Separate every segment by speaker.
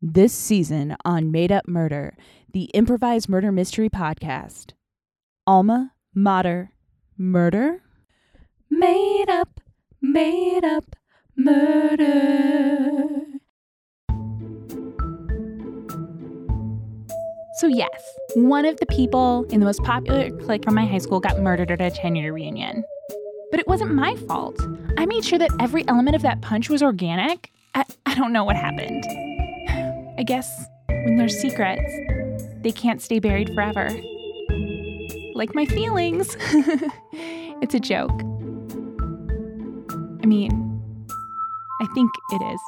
Speaker 1: This season on Made Up Murder, the improvised murder mystery podcast. Alma, Mater, Murder? Made up, made up, murder.
Speaker 2: So, yes, one of the people in the most popular clique from my high school got murdered at a 10 year reunion. But it wasn't my fault. I made sure that every element of that punch was organic. I, I don't know what happened. I guess when there's secrets, they can't stay buried forever. Like my feelings. it's a joke. I mean, I think it is.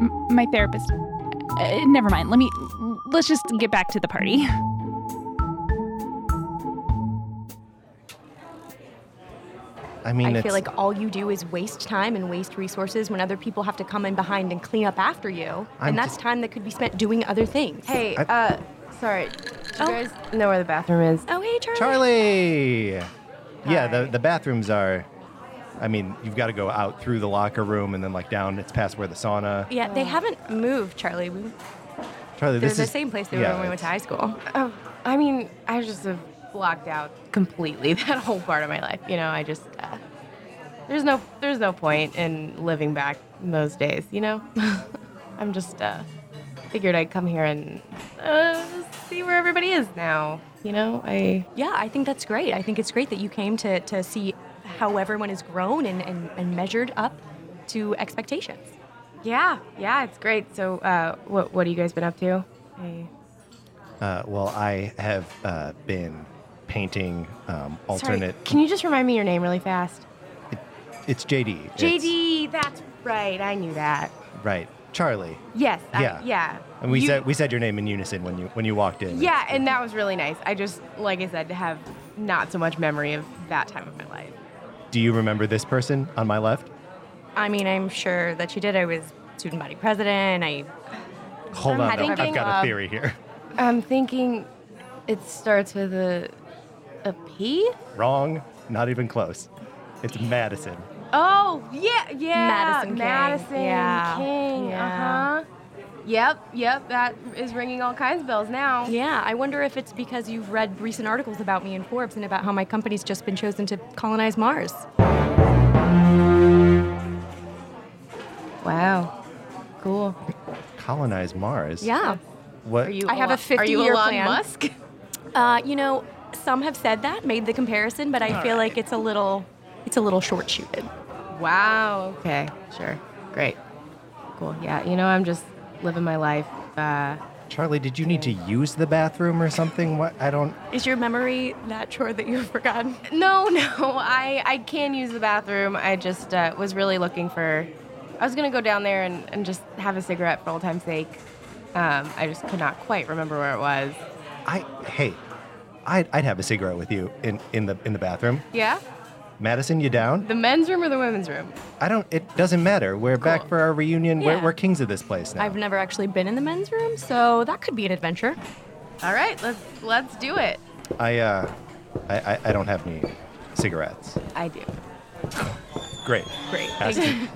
Speaker 2: M- my therapist uh, never mind. Let me. Let's just get back to the party.
Speaker 3: I mean,
Speaker 4: I
Speaker 3: it's,
Speaker 4: feel like all you do is waste time and waste resources when other people have to come in behind and clean up after you.
Speaker 3: I'm
Speaker 4: and that's
Speaker 3: just-
Speaker 4: time that could be spent doing other things.
Speaker 5: Hey,
Speaker 3: I-
Speaker 5: uh, sorry. Do you guys know where the bathroom is?
Speaker 4: Oh, hey, Charlie.
Speaker 3: Charlie. Yeah, the, the bathrooms are. I mean, you've got to go out through the locker room and then like down. It's past where the sauna.
Speaker 4: Yeah, they haven't moved, Charlie. We,
Speaker 3: Charlie,
Speaker 4: they're
Speaker 3: this
Speaker 4: the
Speaker 3: is
Speaker 4: same place they were
Speaker 3: yeah,
Speaker 4: when we went to high school.
Speaker 5: Oh, I mean, I just have blocked out completely that whole part of my life. You know, I just uh, there's no there's no point in living back those days. You know, I'm just uh, figured I'd come here and uh, see where everybody is now. You know, I
Speaker 4: Yeah, I think that's great. I think it's great that you came to, to see how everyone has grown and, and, and measured up to expectations.
Speaker 5: yeah yeah it's great. So uh, what what have you guys been up to? I,
Speaker 3: it's- Uh, well, I have uh, been painting um, alternate.
Speaker 5: Sorry, can you just remind me your name really fast?
Speaker 3: It's JD. It's-
Speaker 5: JD, that's right. I knew that.
Speaker 3: right, Charlie.
Speaker 5: Yes.
Speaker 3: Yeah.
Speaker 5: I, yeah.
Speaker 3: And we
Speaker 5: You-
Speaker 3: said we said your name in unison when you when you walked in.
Speaker 5: Yeah, and that was really nice. I just, like I said, have not so much memory of that time of my life.
Speaker 3: Do you remember this person on my left?
Speaker 4: I mean, I'm sure that you did. I was student body president. I
Speaker 3: Hold
Speaker 5: I'm
Speaker 3: on, though. I've
Speaker 5: thinking
Speaker 3: got a
Speaker 4: um,
Speaker 5: of-
Speaker 3: theory here.
Speaker 5: I'm thinking it starts with a a P.
Speaker 3: Wrong. Not even close. It's Madison.
Speaker 5: Oh yeah, yeah.
Speaker 4: Madison King.
Speaker 5: Madison
Speaker 4: Yeah.
Speaker 5: King.
Speaker 4: Yeah.
Speaker 5: Uh huh. Yep, yep. That is ringing all kinds of bells now.
Speaker 4: Yeah, I wonder if it's because you've read recent articles about me in Forbes and about how my company's just been chosen to colonize Mars.
Speaker 5: Wow. Cool.
Speaker 3: Colonize Mars.
Speaker 4: Yeah.
Speaker 3: What
Speaker 5: Are you?
Speaker 4: I have a
Speaker 5: Elon- Are you
Speaker 4: 50-year
Speaker 5: Elon
Speaker 4: plan.
Speaker 5: Musk?
Speaker 4: Uh, you know, some have said that, made the comparison, but I feel like it's a little, it's a little short-shooted.
Speaker 5: Wow. Okay. Sure. Great. Cool. Yeah. You know, I'm just living my life. Uh,
Speaker 3: Charlie, did you need to use the bathroom or something? What? I don't.
Speaker 4: Is your memory that short that you've forgotten?
Speaker 5: no, no. I I can use the bathroom. I just uh, was really looking for. I was gonna go down there and, and just have a cigarette for old time's sake. Um, I just could not quite remember where it was.
Speaker 3: I. Hey, I'd, I'd have a cigarette with you in, in the in the bathroom.
Speaker 5: Yeah.
Speaker 3: Madison, you down?
Speaker 5: The men's room or the women's room?
Speaker 3: I don't. It doesn't matter. We're back
Speaker 5: Cool.
Speaker 3: for our reunion. We're,
Speaker 4: Yeah.
Speaker 3: we're kings of this place now.
Speaker 4: I've never actually been in the men's room, so that could be an adventure.
Speaker 5: All right. Let's let's do it.
Speaker 3: I uh, I, I I don't have any cigarettes.
Speaker 5: I do.
Speaker 3: Great.
Speaker 5: Great.
Speaker 3: Ask you.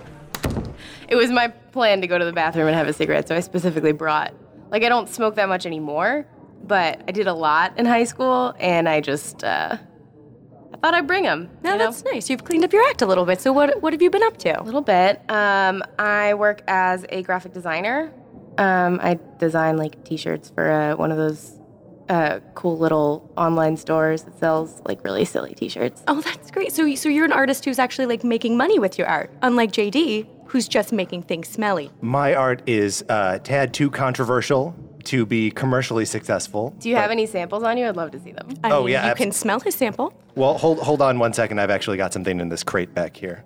Speaker 5: It was my plan to go to the bathroom and have a cigarette, so I specifically brought. Like, I don't smoke that much anymore, but I did a lot in high school, and I just, uh, I thought I'd bring them.
Speaker 4: No, that's nice. You've cleaned up your act a little bit. So what, what have you been up
Speaker 5: A
Speaker 4: to?
Speaker 5: little bit. Um, I work as a graphic designer. Um, I design like T-shirts for uh, one of those uh, cool little online stores that sells like really silly T-shirts.
Speaker 4: Oh, that's great. So, so you're an artist who's actually like making money with your art, unlike JD, who's just making things smelly.
Speaker 3: My art is uh, tad too controversial to be commercially successful.
Speaker 5: Do you have any samples on you? I'd love to see them.
Speaker 4: I
Speaker 3: Oh,
Speaker 4: mean,
Speaker 3: yeah,
Speaker 4: you
Speaker 3: abs-
Speaker 4: can smell his sample.
Speaker 3: Well, hold hold on one second. I've actually got something in this crate back here.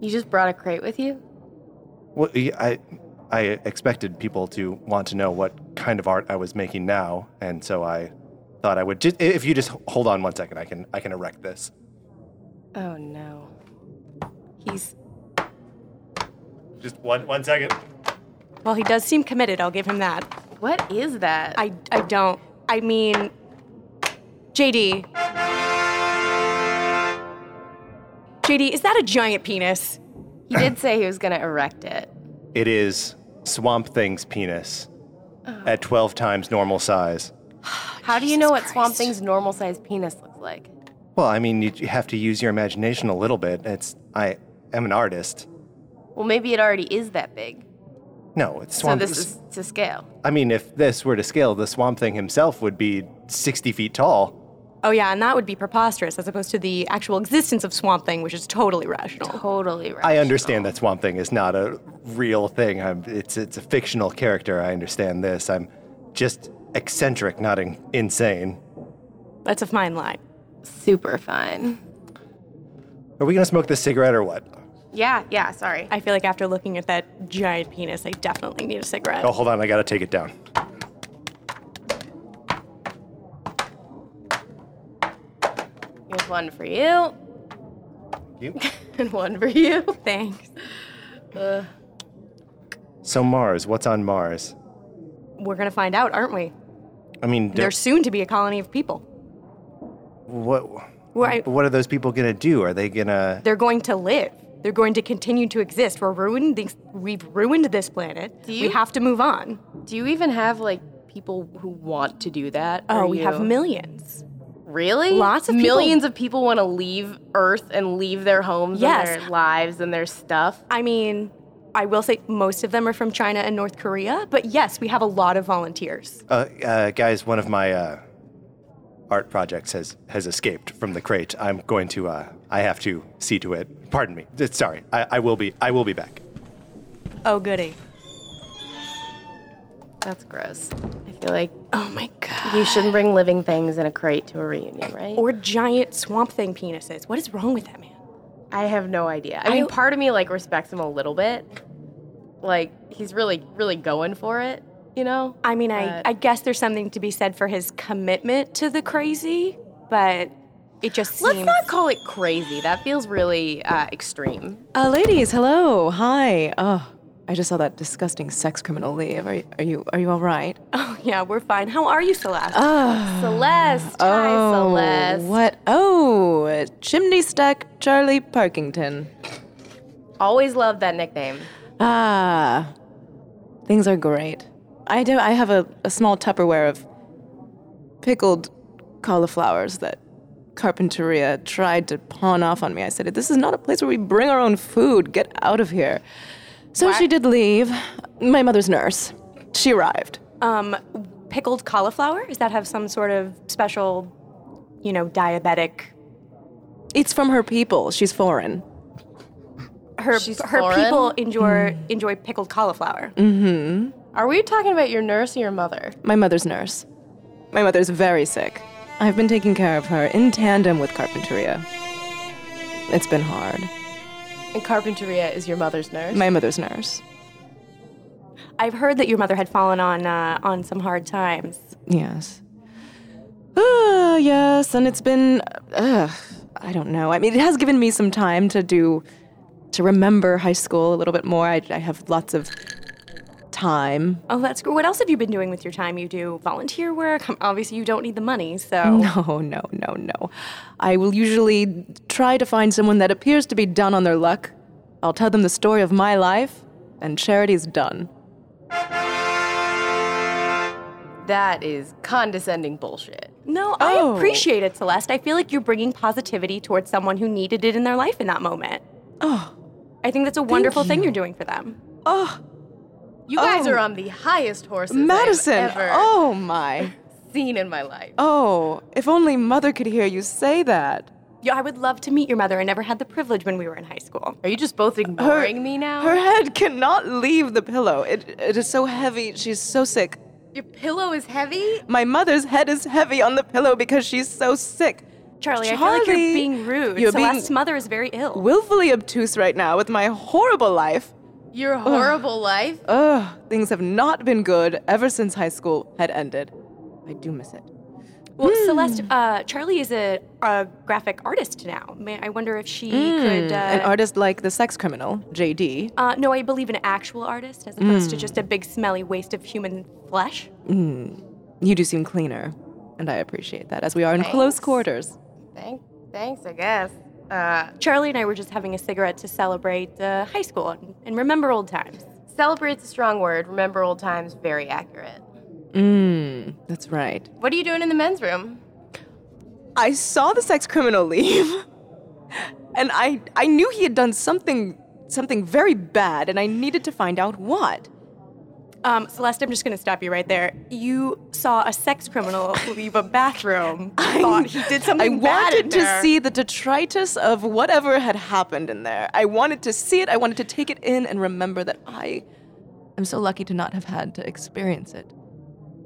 Speaker 5: You just brought a crate with you.
Speaker 3: Well, y- I, I expected people to want to know what kind of art I was making now, and so I thought I would. Just, if you just h- hold on one second, I can I can erect this.
Speaker 5: Oh no.
Speaker 4: He's
Speaker 3: Just one one second.
Speaker 4: well, he does seem committed. I'll give him that.
Speaker 5: What is that?
Speaker 4: I, I don't. I mean, JD. JD, is that a giant penis?
Speaker 5: he did say he was gonna erect it.
Speaker 3: It is Swamp Thing's penis.
Speaker 5: Oh.
Speaker 3: at 12 times normal size.
Speaker 5: How do you know what Swamp Thing's normal sized penis looks like?
Speaker 3: Well, I mean, you you have to use your imagination a little bit. It's I am an artist.
Speaker 5: Well, maybe it already is that big.
Speaker 3: No, it's
Speaker 5: So
Speaker 3: swamp.
Speaker 5: this is to scale.
Speaker 3: I mean, if this were to scale, the swamp thing himself would be 60 feet tall.
Speaker 4: Oh yeah, and that would be preposterous as opposed to the actual existence of Swamp Thing, which is totally rational.
Speaker 5: Totally right.
Speaker 3: I understand that swamp thing is not a real thing. I'm, it's it's a fictional character. I understand this. I'm just eccentric, not in, insane.
Speaker 4: That's a fine line.
Speaker 5: Super fine.
Speaker 3: Are we gonna smoke this cigarette or what?
Speaker 5: Yeah, yeah, sorry.
Speaker 4: I feel like after looking at that giant penis, I definitely need a cigarette.
Speaker 3: Oh, hold on. I gotta take it down.
Speaker 5: Here's one for you,
Speaker 3: You?
Speaker 5: and one for you. Uh,
Speaker 4: Thanks.
Speaker 3: So Mars, what's on Mars?
Speaker 4: We're gonna find out, aren't we?
Speaker 3: I mean, do-
Speaker 4: There's soon to be a colony of people.
Speaker 3: what?
Speaker 4: Right.
Speaker 3: What are those people gonna do? Are they gonna?
Speaker 4: They're going to live. They're going to continue to exist. We're ruined. These, we've ruined this planet.
Speaker 5: Do you-
Speaker 4: We have to move on.
Speaker 5: Do you even have like people who want to do that?
Speaker 4: Oh,
Speaker 5: Are
Speaker 4: we
Speaker 5: you-
Speaker 4: have millions.
Speaker 5: really
Speaker 4: lots of people-
Speaker 5: millions of people want to leave Earth and leave their homes
Speaker 4: Yes.
Speaker 5: and their lives and their stuff.
Speaker 4: I mean, I will say most of them are from China and North Korea, but yes, we have a lot of volunteers.
Speaker 3: Uh, uh, guys, one of my uh, art projects has has escaped from the crate. I'm going to. Uh, I have to see to it. Pardon me. It's- Sorry. I, I will be. I will be back.
Speaker 4: Oh, goody.
Speaker 5: That's gross. I feel like
Speaker 4: Oh my god.
Speaker 5: you shouldn't bring living things in a crate to a reunion, right?
Speaker 4: Or giant swamp thing penises. What is wrong with that man?
Speaker 5: I have no idea. I, mean, part of me like respects him a little bit. Like he's really, really going for it, you know.
Speaker 4: I mean, I,
Speaker 5: But-
Speaker 4: I guess there's something to be said for his commitment to the crazy, but it just seems.
Speaker 5: Let's not call it crazy. That feels really uh, extreme.
Speaker 6: Uh, ladies, hello, hi. Oh, I just saw that disgusting sex criminal leave. Are you, are you, are you all right?
Speaker 4: oh, yeah, we're fine. How are you, Celeste?
Speaker 5: Celeste, hi, Celeste.
Speaker 6: what? Oh, uh, chimney stack Charlie Parkington.
Speaker 5: Always loved that nickname.
Speaker 6: Ah, things are great. I do. I have a, a small Tupperware of pickled cauliflowers that Carpenteria tried to pawn off on me. I said, "This is not a place where we bring our own food. Get out of here." So she did leave. My mother's nurse. She arrived.
Speaker 4: um, pickled cauliflower? Does that have some sort of special, you know, diabetic?
Speaker 6: It's from her people. She's foreign.
Speaker 4: Her,
Speaker 5: She's
Speaker 4: her
Speaker 5: foreign? Hmm. Mm.
Speaker 4: people enjoy enjoy pickled cauliflower.
Speaker 5: Are we talking about your nurse or your mother?
Speaker 6: My mother's nurse. My mother's very sick. I've been taking care of her in tandem with Carpenteria. It's been hard.
Speaker 5: And Carpenteria is your mother's nurse.
Speaker 6: My mother's nurse.
Speaker 4: I've heard that your mother had fallen on uh, on some hard times.
Speaker 6: Yes. Ah, yes, and it's been. Uh, I don't know. I mean, it has given me some time to do. to remember high school a little bit more. I, I have lots of time.
Speaker 4: Oh, that's great. What else have you been doing with your time? You do volunteer work. Um, Obviously, you don't need the money,
Speaker 5: Mm.
Speaker 4: so.
Speaker 6: No, no, no, no. I will usually try to find someone that appears to be down on their luck. I'll tell them the story of my life, and charity's done.
Speaker 5: That is condescending bullshit.
Speaker 4: No,
Speaker 5: Oh.
Speaker 4: I appreciate it, Celeste. I feel like you're bringing positivity towards someone who needed it in their life in that moment. Oh. I think that's a wonderful thing you're doing for them.
Speaker 5: You guys are on the highest horses
Speaker 6: Madison!
Speaker 5: I've ever
Speaker 6: Oh my.
Speaker 5: seen in my life.
Speaker 6: Oh, if only mother could hear you say that.
Speaker 4: Yeah, I would love to meet your mother. I never had the privilege when we were in high school.
Speaker 5: Are you just both ignoring me now?
Speaker 6: Her head cannot leave the pillow. It, it is so heavy. She's so sick.
Speaker 5: your pillow is heavy.
Speaker 6: My mother's head is heavy on the pillow because she's so sick.
Speaker 4: Charlie, I feel like you're
Speaker 6: Charlie,
Speaker 4: being rude.
Speaker 6: You're
Speaker 4: Celeste's
Speaker 6: being
Speaker 4: mother is very ill.
Speaker 6: willfully obtuse right now with my horrible life.
Speaker 5: Your horrible life.
Speaker 6: Ugh, things have not been good ever since high school had ended. I do miss it.
Speaker 4: well, Celeste, uh, Charlie is a, a graphic artist now. May, I wonder if she could. Uh,
Speaker 6: Hmm, An artist like the sex criminal, JD.
Speaker 4: uh, no, I believe an actual artist as opposed
Speaker 6: Hmm.
Speaker 4: to just a big smelly waste of human flesh.
Speaker 6: You do seem cleaner, and I appreciate that as we are in close quarters.
Speaker 5: Thank, thanks, I guess. Uh,
Speaker 4: Charlie and I were just having a cigarette to celebrate uh, high school and, and remember old times.
Speaker 5: Celebrate's a strong word. Remember old times, very accurate.
Speaker 6: Mmm, that's right.
Speaker 5: What are you doing in the men's room?
Speaker 6: I saw the sex criminal leave, and I I knew he had done something something very bad, and I needed to find out what.
Speaker 4: Um, Celeste, I'm just going to stop you right there. You saw a sex criminal leave a bathroom. I thought he did
Speaker 6: I
Speaker 4: something bad in
Speaker 6: wanted to
Speaker 4: there.
Speaker 6: see the detritus of whatever had happened in there. I wanted to see it. I wanted to take it in and remember that I am so lucky to not have had to experience it.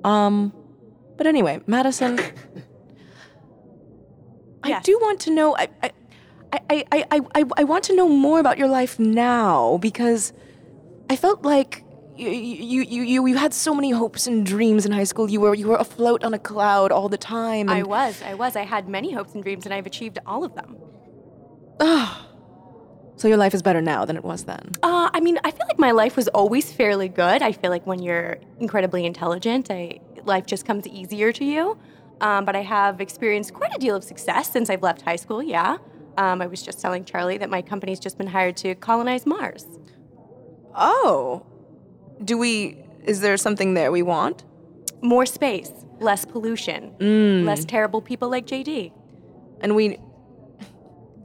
Speaker 6: Um, but anyway, Madison, I
Speaker 4: Yes.
Speaker 6: do want to know. I, I, I, I, I, I, I want to know more about your life now because I felt like. You, you, you, you, you had so many hopes and dreams in high school. You were you were afloat on a cloud all the time.
Speaker 4: I
Speaker 6: and-
Speaker 4: was, I was. I had many hopes and dreams, and I've achieved all of them.
Speaker 6: So your life is better now than it was then.
Speaker 4: Uh, I mean, I feel like my life was always fairly good. I feel like when you're incredibly intelligent, I, life just comes easier to you. Um, but I have experienced quite a deal of success since I've left high school, yeah. Um, I was just telling Charlie that my company's just been hired to colonize Mars.
Speaker 6: Oh. Do we is there something there we want?
Speaker 4: More space, less pollution,
Speaker 5: Mm.
Speaker 4: less terrible people like JD.
Speaker 6: And we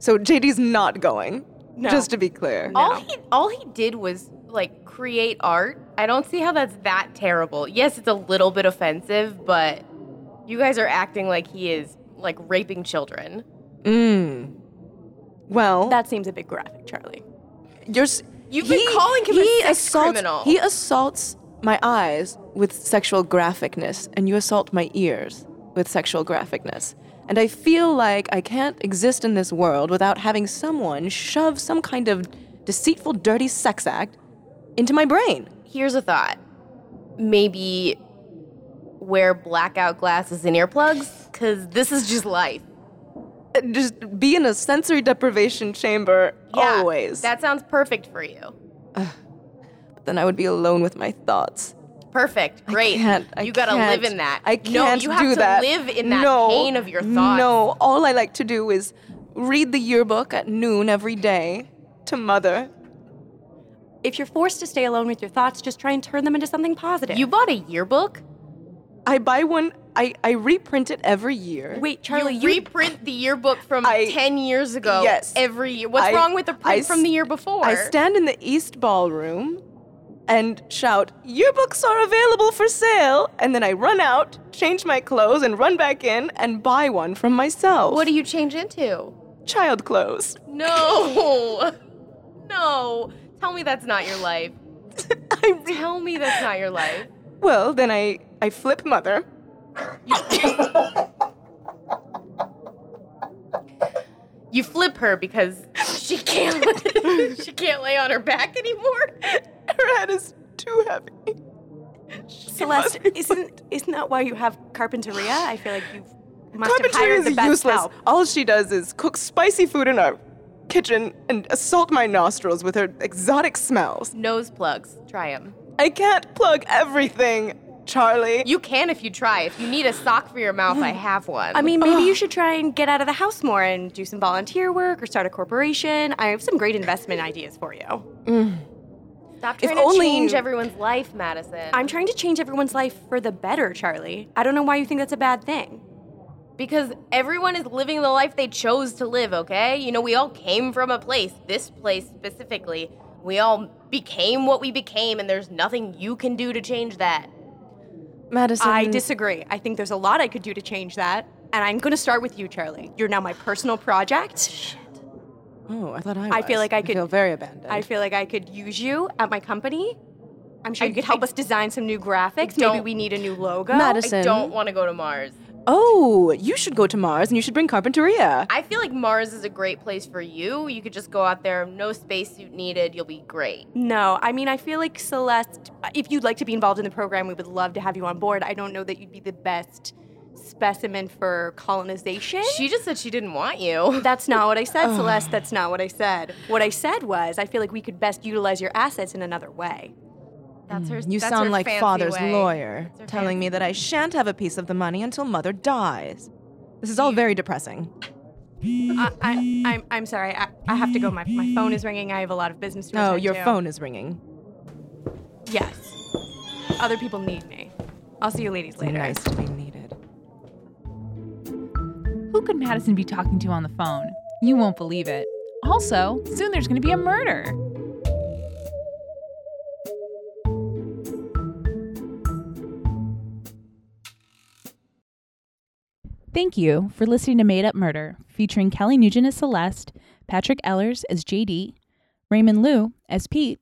Speaker 6: So JD's not going.
Speaker 4: No.
Speaker 6: Just to be clear.
Speaker 5: All he all he did was like create art. I don't see how that's that terrible. Yes, it's a little bit offensive, but you guys are acting like he is like raping children.
Speaker 6: Mm. Well,
Speaker 4: That seems a bit graphic, Charlie.
Speaker 6: you're s-
Speaker 5: You've been calling him a
Speaker 6: he
Speaker 5: sex
Speaker 6: assaults,
Speaker 5: criminal.
Speaker 6: He assaults my eyes with sexual graphicness and you assault my ears with sexual graphicness. And I feel like I can't exist in this world without having someone shove some kind of deceitful dirty sex act into my brain.
Speaker 5: Here's a thought. Maybe wear blackout glasses and earplugs cuz this is just life.
Speaker 6: just be in a sensory deprivation chamber always.
Speaker 5: That sounds perfect for you.
Speaker 6: then I would be alone with my thoughts.
Speaker 5: Perfect. Great.
Speaker 6: Can't, I
Speaker 5: you gotta
Speaker 6: can't.
Speaker 5: live in that.
Speaker 6: I
Speaker 5: No,
Speaker 6: can't
Speaker 5: you have
Speaker 6: do
Speaker 5: to
Speaker 6: that.
Speaker 5: live in that
Speaker 6: no,
Speaker 5: pain of your thoughts.
Speaker 6: No, all I like to do is read the yearbook at noon every day to mother.
Speaker 4: If you're forced to stay alone with your thoughts, just try and turn them into something positive.
Speaker 5: You bought a yearbook?
Speaker 6: I buy one. I, I reprint it every year.
Speaker 4: Wait, Charlie,
Speaker 5: you
Speaker 4: you,
Speaker 5: reprint the yearbook from
Speaker 6: I-
Speaker 5: 10 years ago
Speaker 6: Yes.
Speaker 5: every year. What's
Speaker 6: I-
Speaker 5: wrong with the
Speaker 6: I
Speaker 5: print
Speaker 6: s-
Speaker 5: from the year before?
Speaker 6: I stand in the east ballroom and shout, "Yearbooks are available for sale!" And then I run out, change my clothes, and run back in and buy one from myself.
Speaker 5: What do you change into?
Speaker 6: child clothes?
Speaker 5: No. no. Tell me that's not your life.
Speaker 6: I
Speaker 5: Tell me that's not your life.
Speaker 6: Well, then I I flip mother.
Speaker 5: You flip her because she can't she can't lay on her back anymore.
Speaker 6: Her head is too heavy.
Speaker 4: Celeste, isn't isn't that why you have carpenteria? I feel like you must have
Speaker 6: Carpentry
Speaker 4: hired
Speaker 6: is
Speaker 4: the best
Speaker 6: useless.
Speaker 4: help.
Speaker 6: All she does is cook spicy food in our kitchen and assault my nostrils with her exotic smells.
Speaker 5: Nose plugs. Try them.
Speaker 6: I can't plug everything, Charlie.
Speaker 5: You can if you try. If you need a sock for your mouth, I have one.
Speaker 4: I mean,
Speaker 6: Oh.
Speaker 4: maybe you should try and get out of the house more and do some volunteer work or start a corporation. I have some great investment ideas for you.
Speaker 5: stop
Speaker 6: if
Speaker 5: trying to
Speaker 6: only-
Speaker 5: change everyone's life, Madison.
Speaker 4: I'm trying to change everyone's life for the better, Charlie. I don't know why you think that's a bad thing.
Speaker 5: Because everyone is living the life they chose to live, okay? You know, we all came from a place, this place specifically. We all became what we became, and there's nothing you can do to change that.
Speaker 6: Madison,
Speaker 4: I disagree. I think there's a lot I could do to change that. And I'm going to start with you, Charlie. You're now my personal project.
Speaker 6: Oh, I thought I.
Speaker 4: I feel like I could-
Speaker 6: feel very abandoned.
Speaker 4: I feel like I could use you at my company. I'm sure you could help us design some new graphics. Maybe
Speaker 5: don't-
Speaker 4: we need a new logo.
Speaker 6: Madison.
Speaker 5: I don't want to go to Mars.
Speaker 6: oh, you should go to Mars and you should bring Carpenteria.
Speaker 5: I feel like Mars is a great place for you. You could just go out there, no spacesuit needed, you'll be great.
Speaker 4: No, I mean, I feel like Celeste, if you'd like to be involved in the program, we would love to have you on board. I don't know that you'd be the best specimen for colonization.
Speaker 5: She just said she didn't want you.
Speaker 4: that's not what I said, Celeste. That's not what I said. What I said was, I feel like we could best utilize your assets in another way.
Speaker 5: That's her.
Speaker 6: You
Speaker 5: that's her
Speaker 6: sound like
Speaker 5: fancy
Speaker 6: father's
Speaker 5: way.
Speaker 6: lawyer,
Speaker 5: her
Speaker 6: telling me that I shan't have a piece of the money until mother dies. This is all very depressing.
Speaker 4: I, I, I'm, I'm sorry. I, I have to go. My, my phone is ringing. I have a lot of business to
Speaker 6: Oh,
Speaker 4: attend
Speaker 6: your
Speaker 4: to.
Speaker 6: phone is ringing.
Speaker 4: Yes. Other people need me. I'll see you ladies later.
Speaker 6: Nice to be needed.
Speaker 2: Who could Madison be talking to on the phone? You won't believe it. Also, soon there's going to be a murder.
Speaker 1: Thank you for listening to Made Up Murder, featuring Kelly Nugent as Celeste, Patrick Ellers as JD, Raymond Liu as Pete,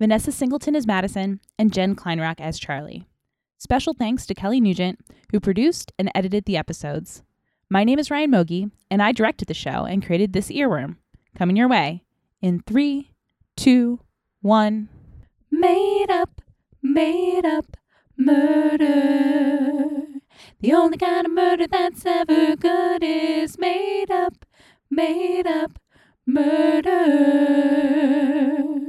Speaker 1: Vanessa Singleton as Madison, and Jen Kleinrock as Charlie. Special thanks to Kelly Nugent, who produced and edited the episodes. My name is Ryan Mogi, and I directed the show and created this earworm. Coming your way in three, two, one. Made up, made up murder. The only kind of murder that's ever good is made up, made up murder.